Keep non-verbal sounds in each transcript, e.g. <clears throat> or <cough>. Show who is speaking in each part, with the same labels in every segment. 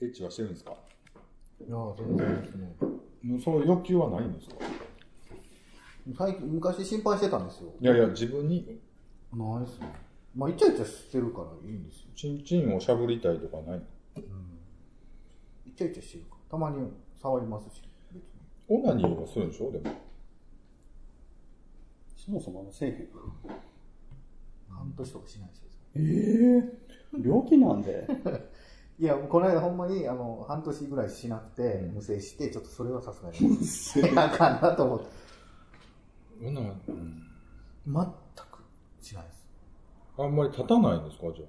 Speaker 1: エッチはしてるんですか
Speaker 2: いやー、全然ですね。
Speaker 1: もうそういう欲求はないんですか
Speaker 2: 最近、昔心配してたんですよ。
Speaker 1: いやいや、自分に、
Speaker 2: ないっすね。まあ、イチャイチャしてるからいいんですよ。
Speaker 1: チンチンをしゃぶりたいとかないの
Speaker 2: イチャイチャしてるから。たまに触りますし、別に。
Speaker 1: オナニーはするんでしょでも。
Speaker 3: そもそもあのせえへん。
Speaker 2: 半年とかしないですよ。
Speaker 3: ええ病気なんで。
Speaker 2: いや、もうこの間ほんまに、あの、半年ぐらいしなくて、無制して、ちょっとそれはさすがに。あかんなと思って。
Speaker 1: オナ、うん、
Speaker 2: 全くしないです。
Speaker 1: あんまり立たないんですかじゃあ。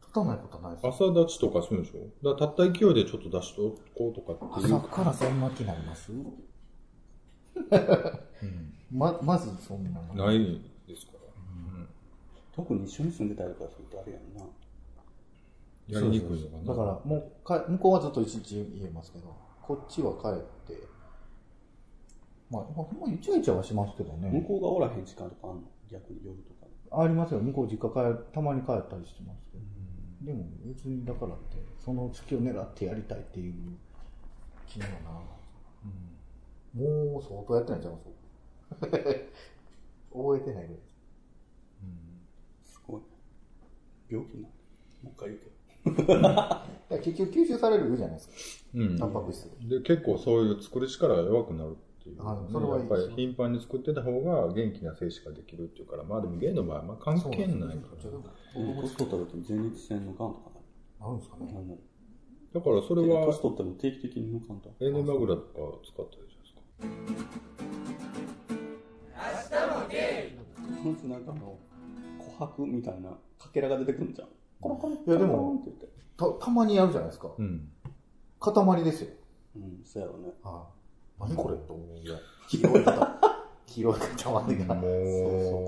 Speaker 2: 立たないことはないです。
Speaker 1: 朝立ちとかするんでしょだからたった勢いでちょっと出しとこうとかっていう
Speaker 2: 朝。からそんな気になります
Speaker 1: うん
Speaker 2: ま、まずそんな。
Speaker 1: ないですから。
Speaker 3: 特に一緒に住んでたりとかするとあれやんな。
Speaker 1: やりにくいのかな。
Speaker 2: だから、もうか、向こうはずっと一日言えますけど、こっちは帰って、まあ、ほんまイチャイチャはしますけど
Speaker 3: 向
Speaker 2: ね。
Speaker 3: こうがおらへん時間とかあんの逆に夜とか。
Speaker 2: ありますよ。向こう実家帰、たまに帰ったりしてますけど。でも別にだからって、その月を狙ってやりたいっていう気にはならない。もう相当やってないんちゃいます覚えてないぐらいです。
Speaker 3: すごい。病気なんで。もう一回言うけど。
Speaker 2: だから結局吸収されるじゃないですか。
Speaker 1: うん。
Speaker 2: タンパク質。
Speaker 1: で、結構そういう作る力が弱くなるっていう、
Speaker 2: あそれはい
Speaker 1: やっ
Speaker 2: い
Speaker 1: ぱり頻繁に作ってた方が元気な精子ができるっていうから、まあでもゲイの場合はあんま関係ないから。
Speaker 3: 僕も年取った時に前立腺の癌とかなる。
Speaker 2: あるんですかね。
Speaker 3: なんだろ
Speaker 1: だからそれ
Speaker 3: う
Speaker 1: は
Speaker 3: 年、取っても定期的に抜かんと。
Speaker 1: エネマグラとか使ったらいいじゃないですか。
Speaker 3: そのうちなんかあの、琥珀みたいなかけらが出てくるんじゃん。コロコロ
Speaker 2: いやでも
Speaker 3: コロコロって言って。
Speaker 2: た、たまにやるじゃないですか。
Speaker 1: うん。
Speaker 2: 塊ですよ。
Speaker 3: うん、そうやろうね。
Speaker 2: ああ何これと思う
Speaker 1: いや
Speaker 2: 黄色い方。黄色い塊が。
Speaker 1: も
Speaker 3: そうそ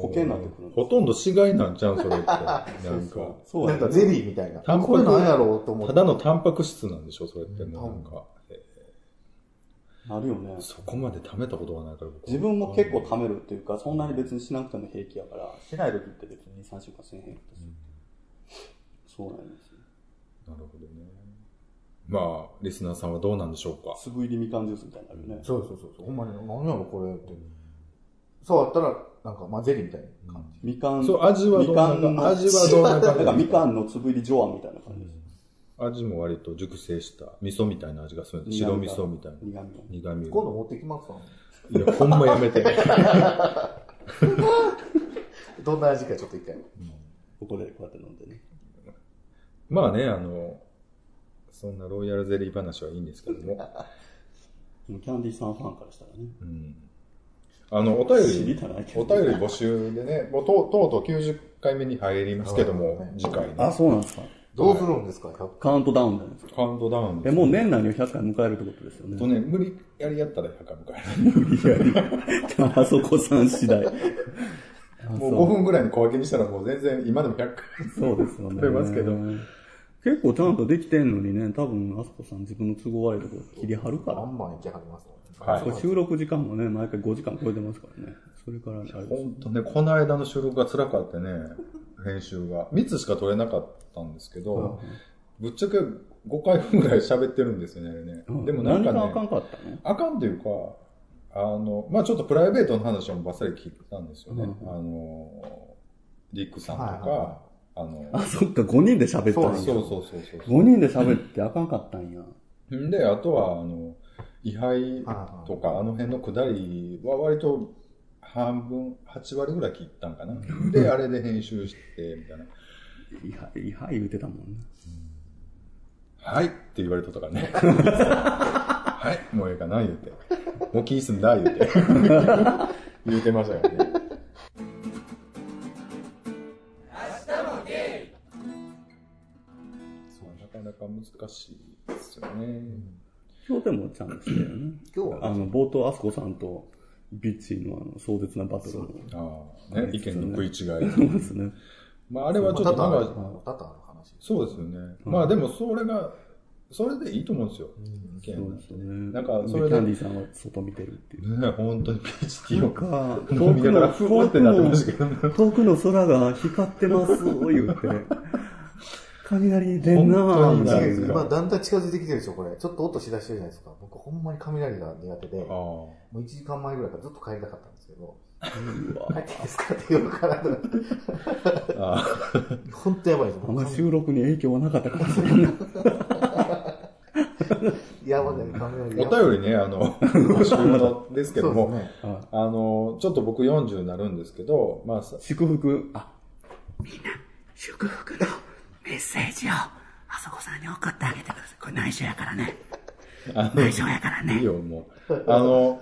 Speaker 3: う固形になってくる
Speaker 1: ほとんど死骸なんじゃん、それって。なん
Speaker 3: <laughs> そう
Speaker 1: か。
Speaker 3: そう
Speaker 2: な
Speaker 3: や
Speaker 2: ん
Speaker 3: ろ
Speaker 2: か
Speaker 3: う
Speaker 2: ゼ
Speaker 3: ね
Speaker 2: リーみたいな。
Speaker 1: タンパク
Speaker 2: これなんやろうと思ったて。
Speaker 1: だのタンパク質なんでしょ、それって。なんか。
Speaker 3: なるよね。
Speaker 1: そこまで貯めたことがないから、僕
Speaker 3: 自分も結構貯めるっていうか、そんなに別にしなくても平気やから、しない時って別に2、3週間せえへんやったしそうなんですよ。
Speaker 1: なるほどね。まあ、リスナーさんはどうなんでしょうか。
Speaker 3: 粒入りみかんジュースみたいになるよね。
Speaker 2: そうそうそうそう。ほんまに、何やろこれって。そうだったら、なんか、まあ、ゼリーみたいな感じ。
Speaker 3: みかん、
Speaker 1: そう、味はどんな
Speaker 3: みかん
Speaker 1: 感
Speaker 3: の
Speaker 1: じ味はどんな感じ
Speaker 3: <laughs> なんかみかんの粒入りジョアみたいな感じです。
Speaker 1: 味も割と熟成した味噌みたいな味がするんです
Speaker 3: 苦
Speaker 1: 白
Speaker 3: 味
Speaker 1: 味
Speaker 3: が
Speaker 1: 噌みたいな
Speaker 3: 苦味が。
Speaker 1: 苦味が
Speaker 2: 今度持ってきますわ。
Speaker 1: いやほんまやめて <laughs>
Speaker 2: どんな味かちょっと一回。
Speaker 3: ここでこうやって飲んでね。
Speaker 1: まあねあのそんなロイヤルゼリー話はいいんですけども、
Speaker 3: キャンディーさんファンからしたらね。
Speaker 1: うん、あのお便
Speaker 3: 知り
Speaker 1: り
Speaker 3: たないけ
Speaker 1: お
Speaker 3: ど。
Speaker 1: 便り募集でねもうとうとうとう90回目に入りますけども、
Speaker 2: はい
Speaker 1: 次回ね
Speaker 3: あ、そうなんですか。
Speaker 2: どうするんですか、100
Speaker 3: カウントダウンじゃないですか。
Speaker 1: カウントダウン
Speaker 3: え、もう年内には100回迎えるってことですよ
Speaker 1: と
Speaker 3: ね。
Speaker 1: ね無理やりやったら100回迎
Speaker 3: <laughs> あそこさん次第。あ
Speaker 1: えるも
Speaker 3: そう
Speaker 1: う5分ぐらいの小分けにしたらもう全然今でも100回
Speaker 3: そうですよね。
Speaker 1: 食べますけど。
Speaker 3: 結構ちゃんとできてんのにね、多分、あそこさん自分の都合悪いところ切り張るか
Speaker 2: あ
Speaker 3: ら。
Speaker 2: んまんいけはりますね。
Speaker 1: はい
Speaker 3: そう収録時間もね、毎回5時間超えてますからね。それからね、あれです
Speaker 1: 本当ね、この間の収録が辛かってね、編集が。3つしか撮れなかったんですけど、ぶっちゃけ5回分ぐらい喋ってるんですよね、あれね。
Speaker 3: うん
Speaker 1: でもなんか
Speaker 3: 何があか
Speaker 1: ね、
Speaker 3: んかったの
Speaker 1: あかんというか、あの、まあちょっとプライベートの話もばっさり聞いたんですよね。
Speaker 3: う
Speaker 1: あの、リックさんと
Speaker 2: はいはいは
Speaker 1: か、あの、
Speaker 3: あ、そっか、5人で喋ったん
Speaker 1: そうそ
Speaker 3: や。
Speaker 1: うそうそうそう。
Speaker 3: 5人で喋ってあかんかったんや。
Speaker 1: んで、あとは、あの、位牌
Speaker 2: はい
Speaker 1: とか、あの辺の下りは割と半分、8割ぐらい切ったんかな。で、あれで編集して、みたいな。
Speaker 3: いはい、いはい言うてたもんね。
Speaker 1: はいって言われたとか <laughs> ね。はい、もうええかな、言うて。もう気にすんだ、言う <laughs> て。言うてましたからね。そうなかなか難しいですよね。
Speaker 3: 今日でもちゃんとしてよね。
Speaker 2: 今日は
Speaker 3: あの、冒頭、あそこさんと、ビッチーのあの、壮絶なバトルも。
Speaker 1: ああ、ね、意見の食い違い。
Speaker 3: そうですね。
Speaker 1: まあ、あれはちょっと
Speaker 2: まあ
Speaker 1: 長
Speaker 2: タタ
Speaker 1: い。
Speaker 2: のタタの話。
Speaker 1: そうですよね。まあ、でもそれが、それでいいと思うんですよ。意
Speaker 3: そ
Speaker 1: 見なん
Speaker 3: うで
Speaker 1: て
Speaker 3: すね。
Speaker 1: なんか、それ
Speaker 3: でキ
Speaker 1: で、
Speaker 3: ャンデ
Speaker 1: ね、
Speaker 3: ィーさんは外見てるっていう。
Speaker 1: 本当にピーチティー
Speaker 3: な
Speaker 1: を
Speaker 3: んか、
Speaker 1: 飲みながら、ふわってなってましたけど。
Speaker 3: 遠くの空が光ってます、言うて。
Speaker 4: 雷出んなぁ、み
Speaker 1: 本
Speaker 4: た
Speaker 1: 当
Speaker 4: い
Speaker 1: に
Speaker 4: な。
Speaker 1: うん
Speaker 2: 今だんだん近づいてきてるでしょ、これ。ちょっと音しだしてるじゃないですか。僕ほんまに雷が苦手で、
Speaker 1: ああ
Speaker 2: も。う1時間前ぐらいからずっと帰りたかったんですけど、帰っていいですかって言うから、
Speaker 1: あ
Speaker 2: ほんとやばいです。
Speaker 4: あの収録に影響はなかったかもしれない。
Speaker 2: やばいね、雷
Speaker 1: あ。お便りね、あの、収納ですけども、
Speaker 2: そうですね。
Speaker 4: あ
Speaker 1: あの、ちょっと僕40になるんですけど、まあ、さ
Speaker 4: 祝福、あ、
Speaker 5: 祝福のメッセージをあそこさんに送ってあげてください。これ内緒やからね。
Speaker 1: あの、
Speaker 5: 内緒やから
Speaker 1: いい
Speaker 5: ね。
Speaker 1: よ、もう。あの、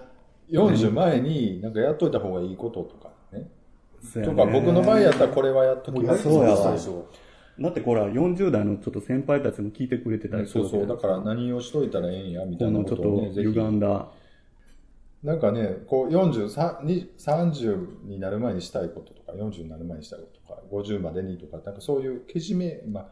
Speaker 1: 40前に、なんかやっといた方がいいこととかね。
Speaker 4: そうや
Speaker 1: と
Speaker 4: ね
Speaker 1: か、僕の場合やったらこれはやっと
Speaker 2: も
Speaker 1: き
Speaker 2: う
Speaker 1: ま
Speaker 2: やり
Speaker 1: す
Speaker 2: 尽くした
Speaker 4: わ
Speaker 2: でしょ。
Speaker 4: だってこれは40代のちょっと先輩たちも聞いてくれてたりす
Speaker 1: そ
Speaker 4: る
Speaker 1: うそう、だから
Speaker 4: こ
Speaker 1: 何をしといたらええんや、みたいな
Speaker 4: の
Speaker 1: こ
Speaker 4: ちょっ
Speaker 1: とをね、
Speaker 4: と
Speaker 1: ぜひ。
Speaker 4: 歪んだ。
Speaker 1: なんかね、こう40、さに30になる前にしたいこととか、40になる前にしたいこととか、50までにとか、なんかそういうけじめ、まあ、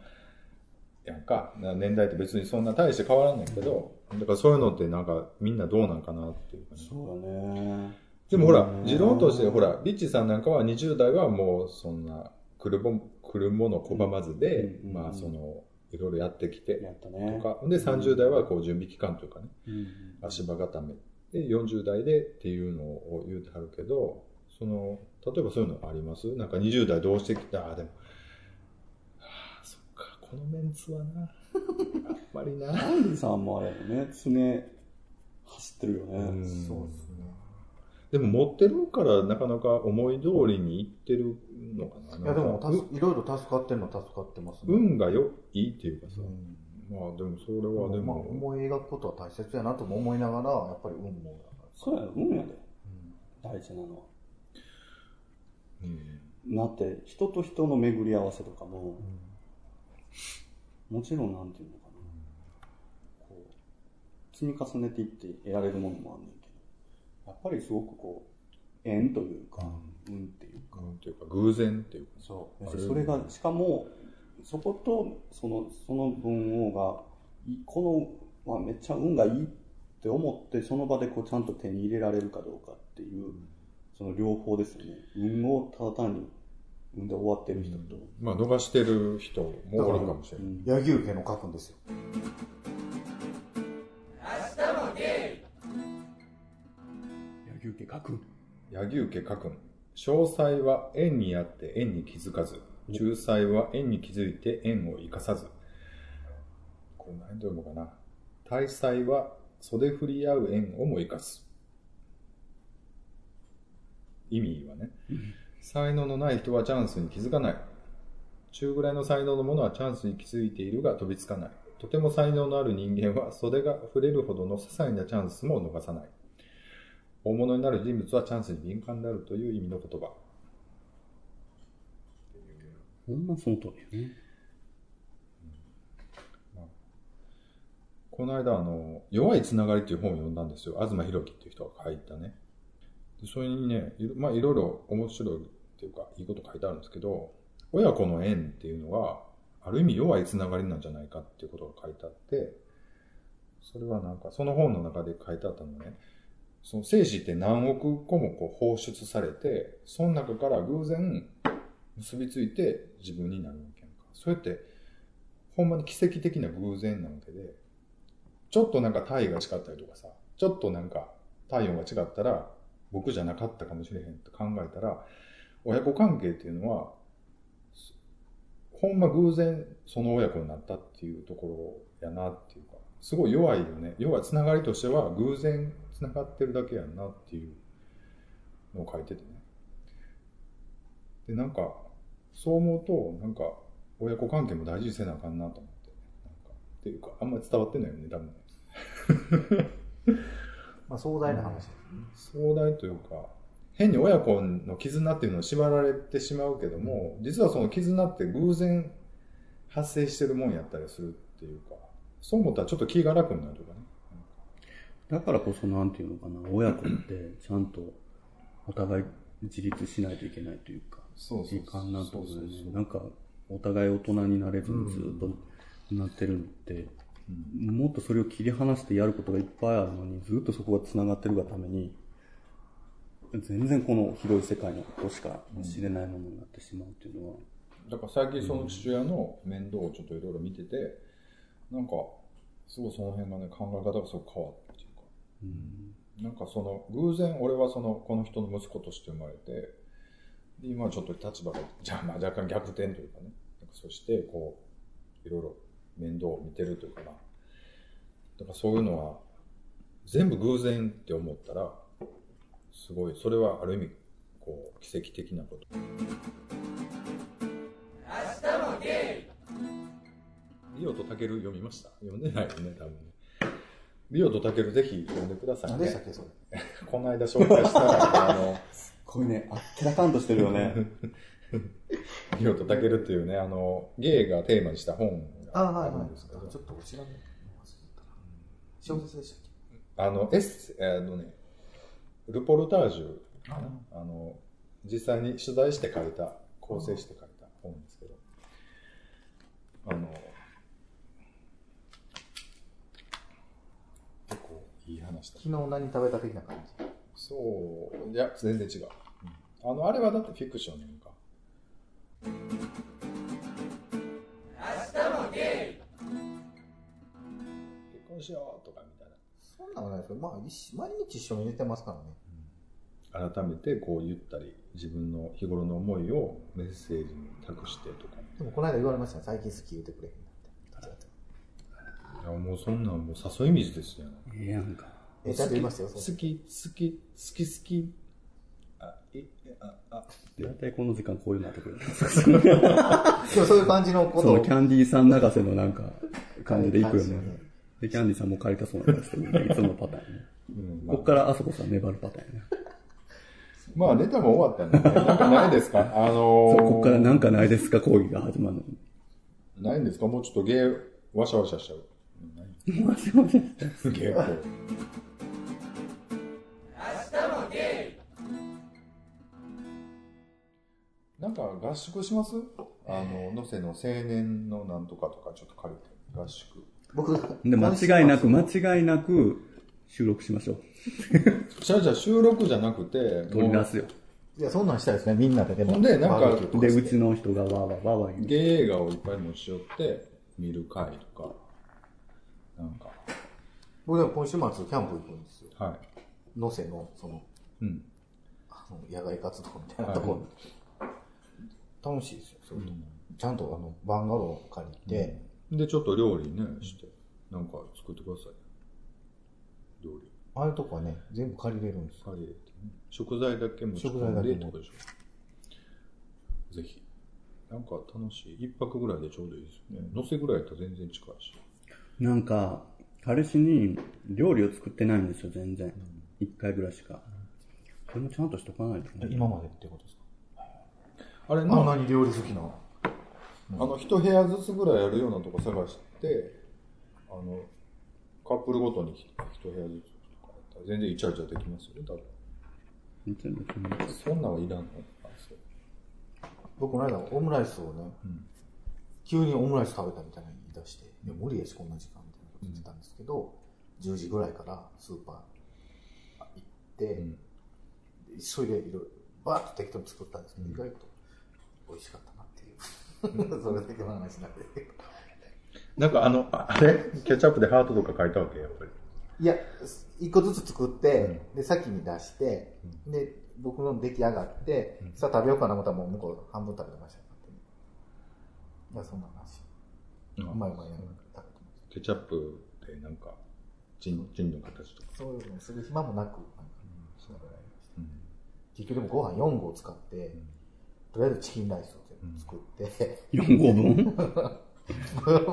Speaker 1: やんか、な年代って別にそんな大して変わらんねんけど、だからそういうのってなんかみんなどうなんかなっていうかね。
Speaker 3: そうだね。
Speaker 1: でもほら
Speaker 3: うん、
Speaker 1: 持論として、ほら、リッチさんなんかは20代はもうそんな、来るも、来るもの拒まずで、
Speaker 3: うん
Speaker 1: まあその、いろいろやってきて
Speaker 3: やった
Speaker 1: と
Speaker 3: ね。
Speaker 1: か、で30代はこう準備期間というかね、
Speaker 3: うん
Speaker 1: 足場固めで40代でっていうのを言うてはるけどその例えばそういうのありますなんか20代どうしてきたあでもあーそっかこのメンツはな <laughs> あんまりな
Speaker 3: アンリさんもあれだね、常走ってるよね。
Speaker 1: うん
Speaker 2: そうですね。
Speaker 1: でも持ってるからなかなか思い通りにいってるのかない
Speaker 2: やでも、
Speaker 1: なんか
Speaker 2: 助いろいろ助かってるのは助かってますね。
Speaker 1: 運が良いっていうかさ、
Speaker 2: うん
Speaker 1: まあでもそれはで
Speaker 2: まあ、
Speaker 1: も、
Speaker 2: 思い描くことは大切やなとも思いながら、やっぱり運も
Speaker 3: そうやろ、運やで。大事なのは。
Speaker 1: うん
Speaker 3: だって、人と人の巡り合わせとかも、もちろんなんていうのかな。こう、積み重ねていって得られるものもあんねんけど、やっぱりすごくこう、縁というか、運っていうか、
Speaker 1: なんていうか偶然っていうか
Speaker 3: そう。別にそれが、しかも、そこと、その、その文王が、いこの、まあ、めっちゃ運がいいって思って、その場でこう、ちゃんと手に入れられるかどうかっていう、その両方ですよね。運をただ単に、運で終わってる人と。
Speaker 1: まあ逃してる人もおるかもしれない、
Speaker 3: うん
Speaker 2: 柳生家の書くんですよ。
Speaker 4: 野球家書く。
Speaker 1: 柳生家家訓詳細は縁にあって縁に気づかず仲裁は縁に気づいて縁を生かさずこれ何と読むかな大祭は袖振り合う縁をも生かす意味はね才能のない人はチャンスに気づかない中ぐらいの才能のものはチャンスに気づいているが飛びつかないとても才能のある人間は袖が触れるほどの些細なチャンスも逃さない大物になる人物はチャンスに敏感になるという意味の言葉。
Speaker 3: ほんまその通りやね。
Speaker 1: この間、あの、弱いつながりっていう本を読んだんですよ。東博樹っていう人が書いたね。でそれにね、いろまあ、いろいろ面白いっていうか、いいこと書いてあるんですけど、親子の縁っていうのが、ある意味弱いつながりなんじゃないかっていうことが書いてあって、それはなんか、その本の中で書いてあったのね、その精子って何億個もこう放出されて、その中から偶然結びついて自分になるわけやんか。それって、ほんまに奇跡的な偶然なわけで、ちょっとなんか体位が違ったりとかさ、ちょっとなんか体温が違ったら、僕じゃなかったかもしれへんって考えたら、親子関係っていうのは、そほんま偶然その親子になったっていうところやなっていうか、すごい弱いよね。要はつながりとしては偶然つながってるだけやんなっていうのを書いててね。で、なんか、そう思うと、なんか、親子関係も大事にせなあかんなと思って。なんかっていうか、あんまり伝わってないよね、多分ね。
Speaker 2: まあ、壮大な話ですね。
Speaker 1: 壮大というか、変に親子の絆っていうのを縛られてしまうけども、実はその絆って偶然発生してるもんやったりするっていうか、そう思ったらちょっと気が楽になるとかね。
Speaker 4: だからこそなんていうのかな、親子ってちゃんとお互い自立しないといけないというか、
Speaker 1: そう
Speaker 4: 時間なんてことで
Speaker 1: そうそう
Speaker 4: ね、なんかお互い大人になれずにずっとなってるのって、もっとそれを切り離してやることがいっぱいあるのに、ずっとそこが繋がってるがために、全然この広い世界のことしか知れないものになってしまうっていうのは、
Speaker 1: だから最近その父親の面倒をちょっといろいろ見てて、なんか、すごいその辺がね、考え方がすごく変わったっていうか、
Speaker 4: うん
Speaker 1: なんかその、偶然俺はその、この人の息子として生まれて、で今はちょっと立場が、じゃあまあ若干逆転というかね、なんかそしてこう、いろいろ面倒を見てるというかな。だからそういうのは、全部偶然って思ったら、すごい、それはある意味、こう、奇跡的なこと。リオとタケル読みました読んでないよね、多分ね。リオとタケルぜひ読んでくださいね。
Speaker 2: 何でしたっけ、それ。
Speaker 1: この間紹介したあの、
Speaker 3: これね、あっけらかんとしてるよね。
Speaker 4: <laughs>
Speaker 1: リオとタケルっていうね、あの、ゲイがテーマにした本
Speaker 2: ああ、
Speaker 1: が
Speaker 2: は
Speaker 1: あ
Speaker 2: い
Speaker 1: る
Speaker 2: はい
Speaker 1: んですけど、。
Speaker 2: ちょっとお調べ。小説でしたっ
Speaker 1: あの、エッセあのね、ルポルタージュ
Speaker 2: け
Speaker 1: かなあの、実際に取材して書いた、構成して書いた本ですけど、あの、結構いい話だ
Speaker 2: 昨日何食べた的な感じ。
Speaker 1: そう、いや、全然違う。うんあの、あれはだってフィクションやんか。結婚しようとかみたい
Speaker 2: そんなのないですよ。まあ、一毎日一緒に寝てますからね。
Speaker 1: な。改めてこう言ったり、自分の日頃の思いをメッセージに託してとか。
Speaker 2: でも、この間言われましたね。最近好き言うてくれへんなって。
Speaker 1: いや、もうそんなんもう誘い水ですよ。
Speaker 4: ええやんか。
Speaker 2: え、ちゃんと言いますよ。
Speaker 1: 好
Speaker 2: そう
Speaker 1: き、好き、好き、好き。あ、い、あ、あ、
Speaker 4: 大体この時間こういうのあってくる。
Speaker 2: でもそういう <laughs> 感じのこ
Speaker 4: そ
Speaker 2: と
Speaker 4: の
Speaker 2: を
Speaker 4: キャンディーさん流せのなんか、感じでいくよね
Speaker 2: 感じでね。
Speaker 4: で、キャンディーさんも借りたそうなんですけど、いつものパター
Speaker 3: <laughs>
Speaker 4: ンね。
Speaker 1: うんまあ
Speaker 4: こっからあそこさん粘るパターンね。
Speaker 1: まあ、ネタも終わったんで、なんかないですかあの
Speaker 4: そ
Speaker 1: ー
Speaker 4: う、こっからなんかないですか、講義が始まるのに。
Speaker 1: ないんですかもうちょっとゲー、わしゃわしゃしちゃう。 <laughs> ゲーこうなんか合宿しますあの、能勢の青年のなんとかとかちょっと借りて、合宿。
Speaker 2: 僕が
Speaker 4: <laughs> で、間違いなく、間違いなく、収録しましょう。
Speaker 1: じゃあじゃあ収録じゃなくて、
Speaker 4: 取り
Speaker 1: も
Speaker 4: 出
Speaker 1: う
Speaker 4: すよ。
Speaker 2: いや、そんなんしたいですね。みんなでで
Speaker 1: ほんでなんか
Speaker 2: バーベキューと
Speaker 4: で、
Speaker 2: して
Speaker 4: うちの人がわーわーわーわー言う。
Speaker 1: ゲー映画をいっぱい持ち寄って、見る会とか、なんか、
Speaker 2: 僕でも今週末、キャンプ行くんですよ。
Speaker 1: は
Speaker 2: 能勢の、その、
Speaker 1: い。うん。
Speaker 2: あの野外活動みたいなところ、楽しいですよ、それともちゃんとあの、バンガローを借りて、
Speaker 1: で、ちょっと料理ね、して、なんか作ってください。料理。
Speaker 2: ああいうとこはね、全部借りれるんですよ。
Speaker 1: カレーってね。食材だけ持ち込んでってことでしょ。ぜひ。なんか楽しい。一泊ぐらいでちょうどいいですよね。乗せぐらいだと全然近いし。
Speaker 4: なんか、彼氏に料理を作ってないんですよ、全然。一、回ぐらいしか。それもちゃんとしとかないとね。
Speaker 2: 今までってことですか
Speaker 1: あれ
Speaker 2: あん
Speaker 1: な、
Speaker 2: な
Speaker 1: あ
Speaker 2: に料理好きなの
Speaker 1: の、一部屋ずつぐらいやるようなとこ探して、あの、カップルごとに一部屋ずつとかやったら全然イチャイチャできますよね、多分。
Speaker 4: 別に
Speaker 1: そんなんはいらんのあそう
Speaker 2: 僕この間オムライスをね、
Speaker 1: うん
Speaker 2: 急にオムライス食べたみたいなの言い出して、いや無理やしこんな時間みたいなこと言ってたんですけど、10時ぐらいからスーパー行って、
Speaker 1: ん
Speaker 2: 急いでいろいろバーッと適当に作ったんですけど、意外と美味しかったなっていう。 <laughs> それだけの話なんで。
Speaker 1: なんかあの、ああれケチャップでハートとか書いたわけやっぱり。
Speaker 2: いや、一個ずつ作って、で、先に出して、で、僕の出来上がって、さあ食べようかな思ったらもう向こう半分食べてましたよ。いや、そんな話。うまいうまいやん食べてまし
Speaker 1: ケチャップってなんか、チン、チンの形とか。
Speaker 2: た。そういうのする暇もなく、なんかしながらやりました。結局でもご飯4合使って、とりあえずチキンライスを全部作って、
Speaker 4: 4合 <laughs> 分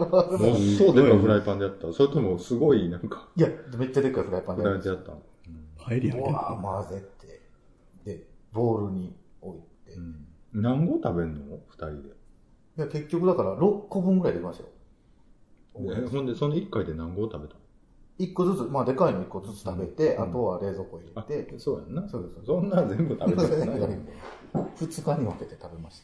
Speaker 1: もうそうでかいフライパンでやったそれともすごいなんか、
Speaker 2: <laughs> いや、めっちゃでっかいフライパン
Speaker 1: フ
Speaker 2: で
Speaker 1: ライパン
Speaker 2: や
Speaker 1: でや
Speaker 2: る
Speaker 1: ったの。
Speaker 4: パエリアみたいな。
Speaker 2: わー混ぜて、で、ボウルに置いて、い
Speaker 1: 何合食べんの二人で。
Speaker 2: や、結局だから6個分ぐらい出ましたよ。
Speaker 1: えほんで、その一回で何合食べたの
Speaker 2: 一個ずつ、まあでかいの一個ずつ食べて、あとは冷蔵庫入
Speaker 1: あ
Speaker 2: れて、
Speaker 1: そうやんな。
Speaker 2: そうです
Speaker 1: そんな全部食べたく
Speaker 2: <laughs>
Speaker 1: ないよ。
Speaker 2: 二日に分けて食べまし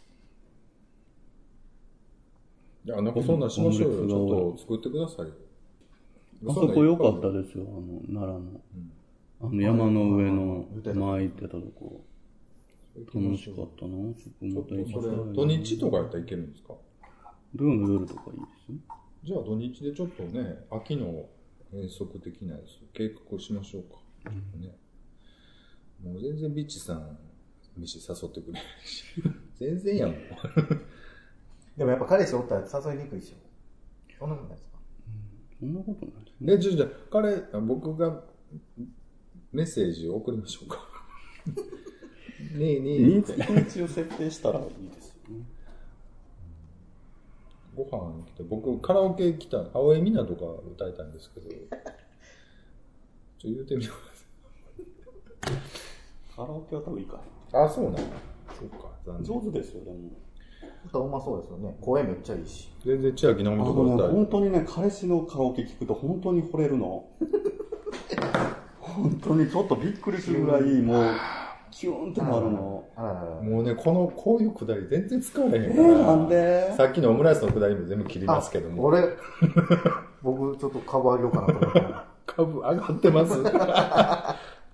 Speaker 1: いや、なんかそんなんしましょう
Speaker 4: オムレツ
Speaker 1: よ。ち
Speaker 4: が多い
Speaker 1: ょっと作ってくださいよ。
Speaker 4: あそこ良かったですよ、あの、奈良の。あの、山の上の前行ってたとこ。楽しかったな、そこ
Speaker 1: ちょ
Speaker 4: ま
Speaker 1: っと
Speaker 4: た行きたい
Speaker 1: それ
Speaker 4: な、
Speaker 1: 土日とかやったらいけるんですか
Speaker 4: 土曜の夜とかいいですね。
Speaker 1: じゃあ土日でちょっとね、秋の遠足的なやつ、計画をしましょうか。ね、もう全然ビッチさん、ビッチ誘ってくれないし。 <laughs> 全然やもん。
Speaker 2: でもやっぱ彼氏おったら誘いにくいでしょ。そんなことないですか
Speaker 4: そんなことないですね。
Speaker 1: で、じゃあじゃあ彼、僕がメッセージを送りましょうか。 <laughs> ねえねえ
Speaker 3: 日
Speaker 1: って
Speaker 3: 日を設定したらいいですよね。
Speaker 1: ご飯来て、僕カラオケ来た、青江みなとか歌いたいんですけど、ちょっと言うてみよ
Speaker 3: カラオケは多分いかへ
Speaker 1: う。あ、そうなのそっか、残
Speaker 3: ん。
Speaker 1: 念。
Speaker 3: 上手ですよ、でも。
Speaker 2: 歌うまそうですよね。声めっちゃいいし。
Speaker 1: 全然千秋直
Speaker 3: あ
Speaker 1: 美と
Speaker 3: の
Speaker 1: か
Speaker 3: ね、
Speaker 1: 歌い
Speaker 3: 本当にね、彼氏のカラオケ聞くと本当に惚れるの。本当にちょっとびっくりするぐらい、もう、キューンってなるの。
Speaker 2: あららら。
Speaker 1: もうね、この、こういうくだり全然使われへん
Speaker 3: え
Speaker 1: から。
Speaker 3: ー、なんで
Speaker 1: さっきのオムライスのくだりも全部切りますけども。
Speaker 2: 俺、僕ちょっと株上げようかなと思ったら。
Speaker 1: 株上がってます <laughs>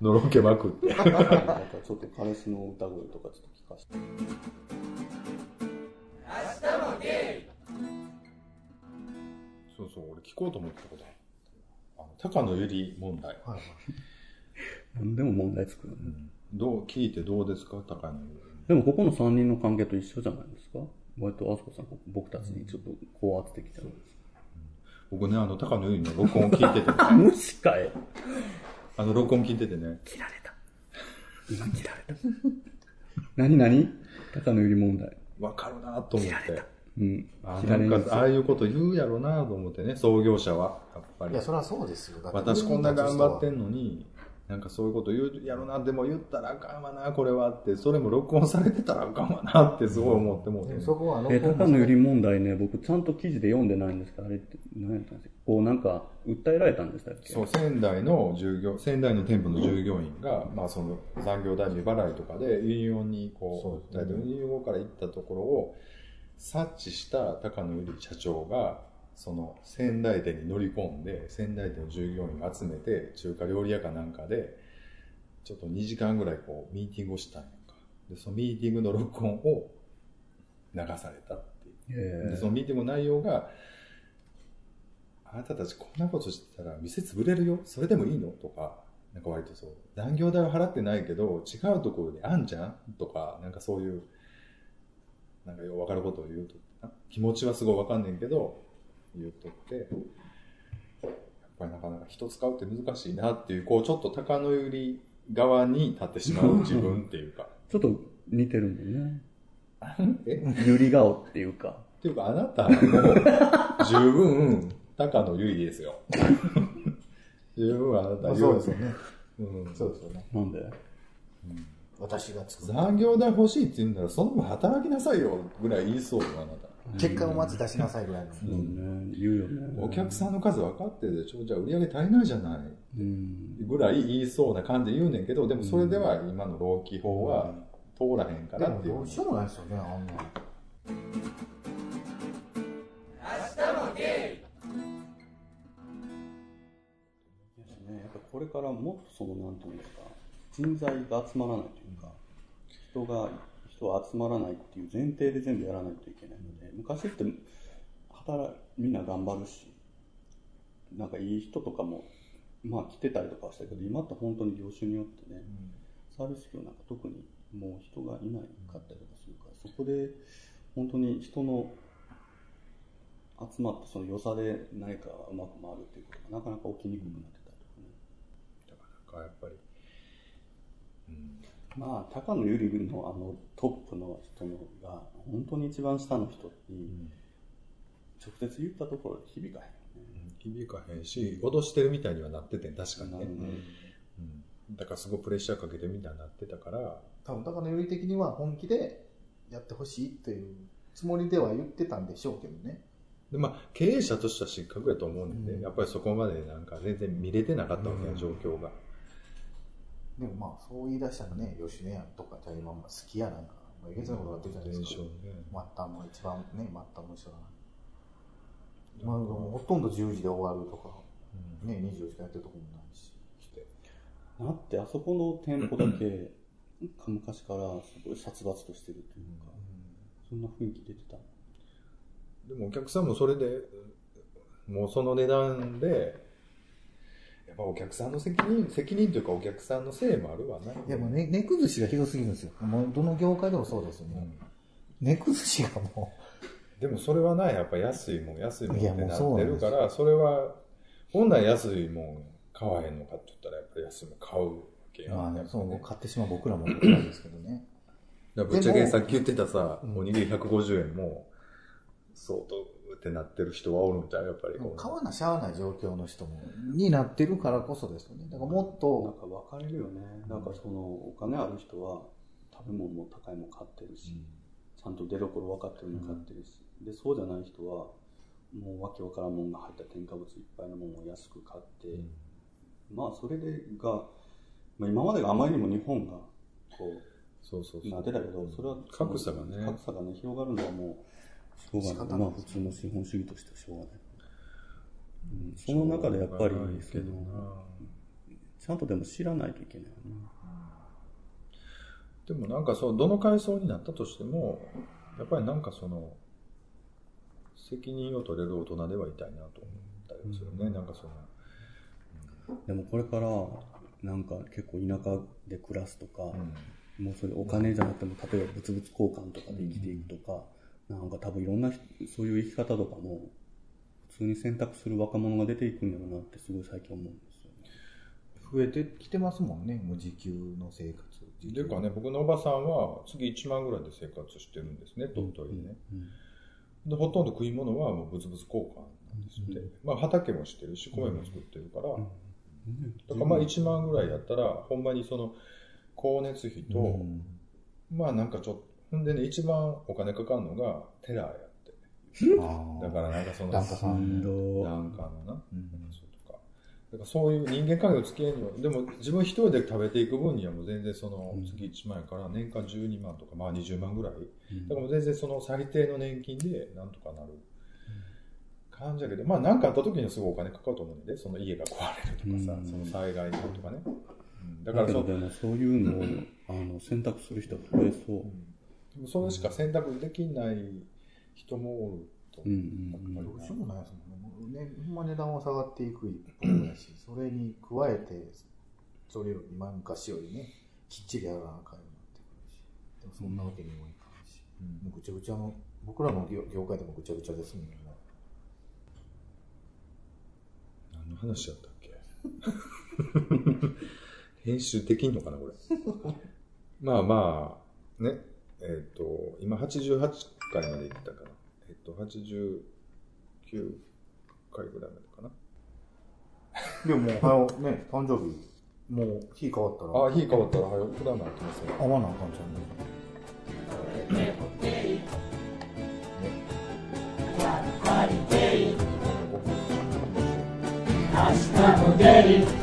Speaker 1: のろけまくって。
Speaker 3: なんかちょっと彼氏の歌声とかちょっと聞かせて。
Speaker 1: そうそう、俺聞こうと思ってたこと。あの高野ゆり問題。
Speaker 2: はいはい
Speaker 4: 何でも問題作る、ね。
Speaker 1: どう、聞いてどうですか高野ゆり。
Speaker 4: でもここの3人の関係と一緒じゃないですか割とあそこさん、僕たちにちょっとこう当ててきたんです
Speaker 1: 僕ね、あの、高野ゆりの録音を聞いてて、
Speaker 4: か。無視かい
Speaker 1: あの、録音聞いててね、
Speaker 5: 切られた。今切られた。
Speaker 4: <laughs> 何何高野より問題。
Speaker 1: わかるなと思って。
Speaker 4: うん。
Speaker 1: あ
Speaker 4: 知ら
Speaker 1: な
Speaker 4: れ
Speaker 1: ん
Speaker 4: んや
Speaker 1: か、ああいうこと言うやろなと思ってね、創業者は。やっぱ
Speaker 2: い
Speaker 1: り
Speaker 2: や、。それはそうですよ。だって
Speaker 1: 私こんな頑張ってんのに、なんかそういうこと言うやろな、でも言ったらあかんわな、これはって、それも録音されてたらあかんわなってすごい思ってもうて、
Speaker 2: でもそこはあの、
Speaker 4: え高野より問題ね、僕ちゃんと記事で読んでないんですけど、あれって何やったんですかこうなんか、訴えられたんでしたっけ
Speaker 1: そう、仙台の従業、仙台の店舗の従業員が、まあその残業代未払いとかでユニオンにこう、
Speaker 2: そ
Speaker 1: 訴
Speaker 2: う
Speaker 1: えて
Speaker 2: うん
Speaker 1: ユニオンから行ったところを察知した高野由里社長が、その仙台店に乗り込んで、仙台店の従業員を集めて、中華料理屋かなんかで、ちょっと2時間ぐらいこう、ミーティングをしたんやんか。で、そのミーティングの録音を流されたっていう。
Speaker 4: え
Speaker 1: で
Speaker 4: え
Speaker 1: そのミーティングの内容が、あなたたちこんなことしてたら店潰れるよそれでもいいのとか、なんか割とそう、残業代は払ってないけど、違うところにあんじゃんとか、なんかそういう、なんかようわかることを言うとってな、気持ちはすごいわかんねんけど、言うとって、やっぱりなかなか人使うって難しいなっていう、こうちょっと高野売り側に立ってしまう自分っていうか、
Speaker 4: ちょっと似てるもんね。
Speaker 1: え
Speaker 4: ゆり顔っていうか。
Speaker 1: っていうか、あなたも、 <laughs> 十分、高野ゆりですよ。 <laughs> 十分あなた
Speaker 2: まあ
Speaker 1: 優
Speaker 2: そうですよね。
Speaker 1: うん
Speaker 2: そうですよね。
Speaker 4: なんで
Speaker 2: 私が作る。
Speaker 1: 残業代欲しいって言うんなら、その分働きなさいよ、ぐらい言いそうよ、あなた。
Speaker 2: 結果をまず出しなさいぐらいの。
Speaker 4: そうね、言うよね。
Speaker 1: お客さんの数分かってるでしょじゃあ売り上げ足りないじゃない
Speaker 4: うん。
Speaker 1: ぐらい言いそうな感じで言うねんけど、でもそれでは今の労基法は通らへんか
Speaker 2: で
Speaker 1: ら
Speaker 2: も
Speaker 1: ってい
Speaker 2: ど
Speaker 1: う
Speaker 2: う。しようもないですよね、あんな。
Speaker 3: ですね、やっぱこれからもっとその、なんていうんですか、人材が集まらないというか、人が、人は集まらないっていう前提で全部やらないといけないので、昔って、働、みんな頑張るし、なんかいい人とかも、まあ来てたりとかはしたけど、今って本当に業種によってね、サービス業なんか特にもう人がいないかったりとかするから、そこで本当に人の集まったその良さで何かうまく回るっていうことがなかなか起きにくくなってたりとか
Speaker 1: だ
Speaker 3: ね。
Speaker 1: からやっぱり、
Speaker 3: まあ、高野由里のあのトップの人のが、本当に一番下の人に、直接言ったところで響かへんよね。
Speaker 1: 響かへんし、脅してるみたいにはなっててん、確かに
Speaker 3: な
Speaker 1: ね
Speaker 3: る。ね
Speaker 1: うんだからすごいプレッシャーかけてみんななってたから、
Speaker 2: 多分、だからより的には本気でやってほしいというつもりでは言ってたんでしょうけどね。
Speaker 1: でまあ、経営者としては失格やと思うんで、
Speaker 2: うん
Speaker 1: やっぱりそこまでなんか全然見れてなかったわけや、
Speaker 2: うん
Speaker 1: 状況が。
Speaker 2: でもまあ、そう言い出したらね、吉野家とか、じゃあ今、好きやなんか、まあえげつないことになってるじゃないですか
Speaker 1: 全。焼ね
Speaker 2: 末端も一番ね、末端も一緒だな。まあ、ほとんど10時で終わるとか、ね、24時間やってるとこもないし。
Speaker 3: だって、あそこの店舗だけ、 <clears throat> か昔からすごい殺伐としてるというか、そんな雰囲気出てた。
Speaker 1: でもお客さんもそれで、もうその値段で、やっぱお客さんの責任、責任というかお客さんのせいもあるわね。
Speaker 2: いやもうね、根崩しがひどすぎるんですよ。もうどの業界でもそうですよ
Speaker 1: う
Speaker 2: ね。
Speaker 1: ん
Speaker 2: 根崩しがも
Speaker 1: でもそれはない、やっぱ安いもん、安いもんっ
Speaker 2: い
Speaker 1: て
Speaker 2: やもう
Speaker 1: な
Speaker 2: そ
Speaker 1: っ
Speaker 2: うな
Speaker 1: て
Speaker 2: ん
Speaker 1: る
Speaker 2: です
Speaker 1: から、それは、本来安いもん買わへんのかって言ったら、やっぱり安いもん買うわけ
Speaker 2: う、
Speaker 1: やん。
Speaker 2: ま
Speaker 1: やっ
Speaker 2: あ、
Speaker 1: ぱ
Speaker 2: そう、
Speaker 1: ね
Speaker 2: 買ってしまう僕らも僕らですけどね。
Speaker 1: だからぶっちゃけ
Speaker 2: でも
Speaker 1: さっき言ってたさ、
Speaker 2: うん
Speaker 1: おにぎり150円も、相当うってなってる人はおるんちゃうやっぱりこう。
Speaker 2: 買わなしゃあない状況の人も、になってるからこそですよね。だからもっ
Speaker 3: なん
Speaker 2: と、
Speaker 3: か分かれるよね。なんかその、お金ある人は、食べ物も高いもん買ってるし、ちゃんと出所分かってるの買ってるし、で、そうじゃない人は、もうわけわからんもんが入った添加物いっぱいのもんを安く買って、まあそれでが、まあ、今までがあまりにも日本が、こう、
Speaker 1: そうそうそう。
Speaker 3: なってたけど、それは
Speaker 1: 格差がね
Speaker 3: 格差がね、広がるのはも
Speaker 4: しょうが
Speaker 2: 仕
Speaker 4: な
Speaker 2: 方
Speaker 4: い。
Speaker 2: な
Speaker 4: ま
Speaker 2: い
Speaker 4: あ普通の資本主義としてはしょうがない。うん、その中でやっぱり、そ
Speaker 1: けど
Speaker 4: の、
Speaker 1: な。
Speaker 4: ちゃんとでも知らないといけないよな。
Speaker 1: でもなんかそう、どの階層になったとしても、やっぱりなんかその、責任を取れる大人ではいたいなと思ったりするね。なんかその、
Speaker 4: でもこれから、なんか結構田舎で暮らすとか、
Speaker 1: うん
Speaker 4: もうそれお金じゃなくても、例えば物々交換とかで生きていくとか、なんか多分いろんな人、そういう生き方とかも、普通に選択する若者が出ていくんだろうなってすごい最近思うんですよね。
Speaker 2: 増えてきてますもんね、もう時給の生活。時
Speaker 1: って
Speaker 2: 給
Speaker 1: いうかね、僕のおばさんは月1万ぐらいで生活してるんですね、鳥取でね。で、ほとんど食い物はもう物々交換なんですって。まあ畑もしてるし、米も作ってるから、だからまあ1万ぐらいやったら、ほんまにその、光熱費と、
Speaker 2: うん
Speaker 1: まあなんかちょっと、ほんでね、一番お金かかるのがテラーやって。
Speaker 2: あ
Speaker 1: だ
Speaker 2: あ
Speaker 1: からなんかその、
Speaker 2: 檀家さんね。
Speaker 1: なんかのな、
Speaker 2: うん
Speaker 1: そうとか。だからそういう人間関係を付き合いには、でも自分一人で食べていく分にはもう全然その月1万円から年間12万とか、まあ20万ぐらい。だからもう全然その最低の年金でなんとかなる感じだけど、まあ何かあった時にはすごいお金かかると思うんで、その家が壊れるとかさ、
Speaker 4: うん
Speaker 1: その災害とかね。うんだ
Speaker 4: だ
Speaker 1: から
Speaker 4: け
Speaker 1: そ
Speaker 4: ど
Speaker 1: う
Speaker 4: でもそういうのを、あの、選択する人が増えそう。
Speaker 1: でもそれしか選択できない人もおると思う。
Speaker 4: うんうんうん
Speaker 1: やっ
Speaker 2: どう
Speaker 1: ぱ
Speaker 2: し
Speaker 1: り
Speaker 2: よう
Speaker 1: な
Speaker 2: もないですもんね。もうねほんま値段は下がっていく一方だし、それに加えて、それより前昔よりね、きっちりやらなあかんようになってくるし、でもそんなわけにもいかんし、もうぐちゃぐちゃの、僕らの業業界でもぐちゃぐちゃですもんね。
Speaker 1: 何の話だったっけ編集できんのかな、
Speaker 4: <laughs>
Speaker 1: これ。まあまあ、ね、えっ、と、今88回まで行ったかな。えっ、と、89回ぐらいまでかな。
Speaker 2: でももう、はよ、ね、誕生日、もう日変わったら、
Speaker 1: あ、火変わったら早くだなってますよ。
Speaker 2: 合わなあかんじゃんね。
Speaker 1: 明日も出る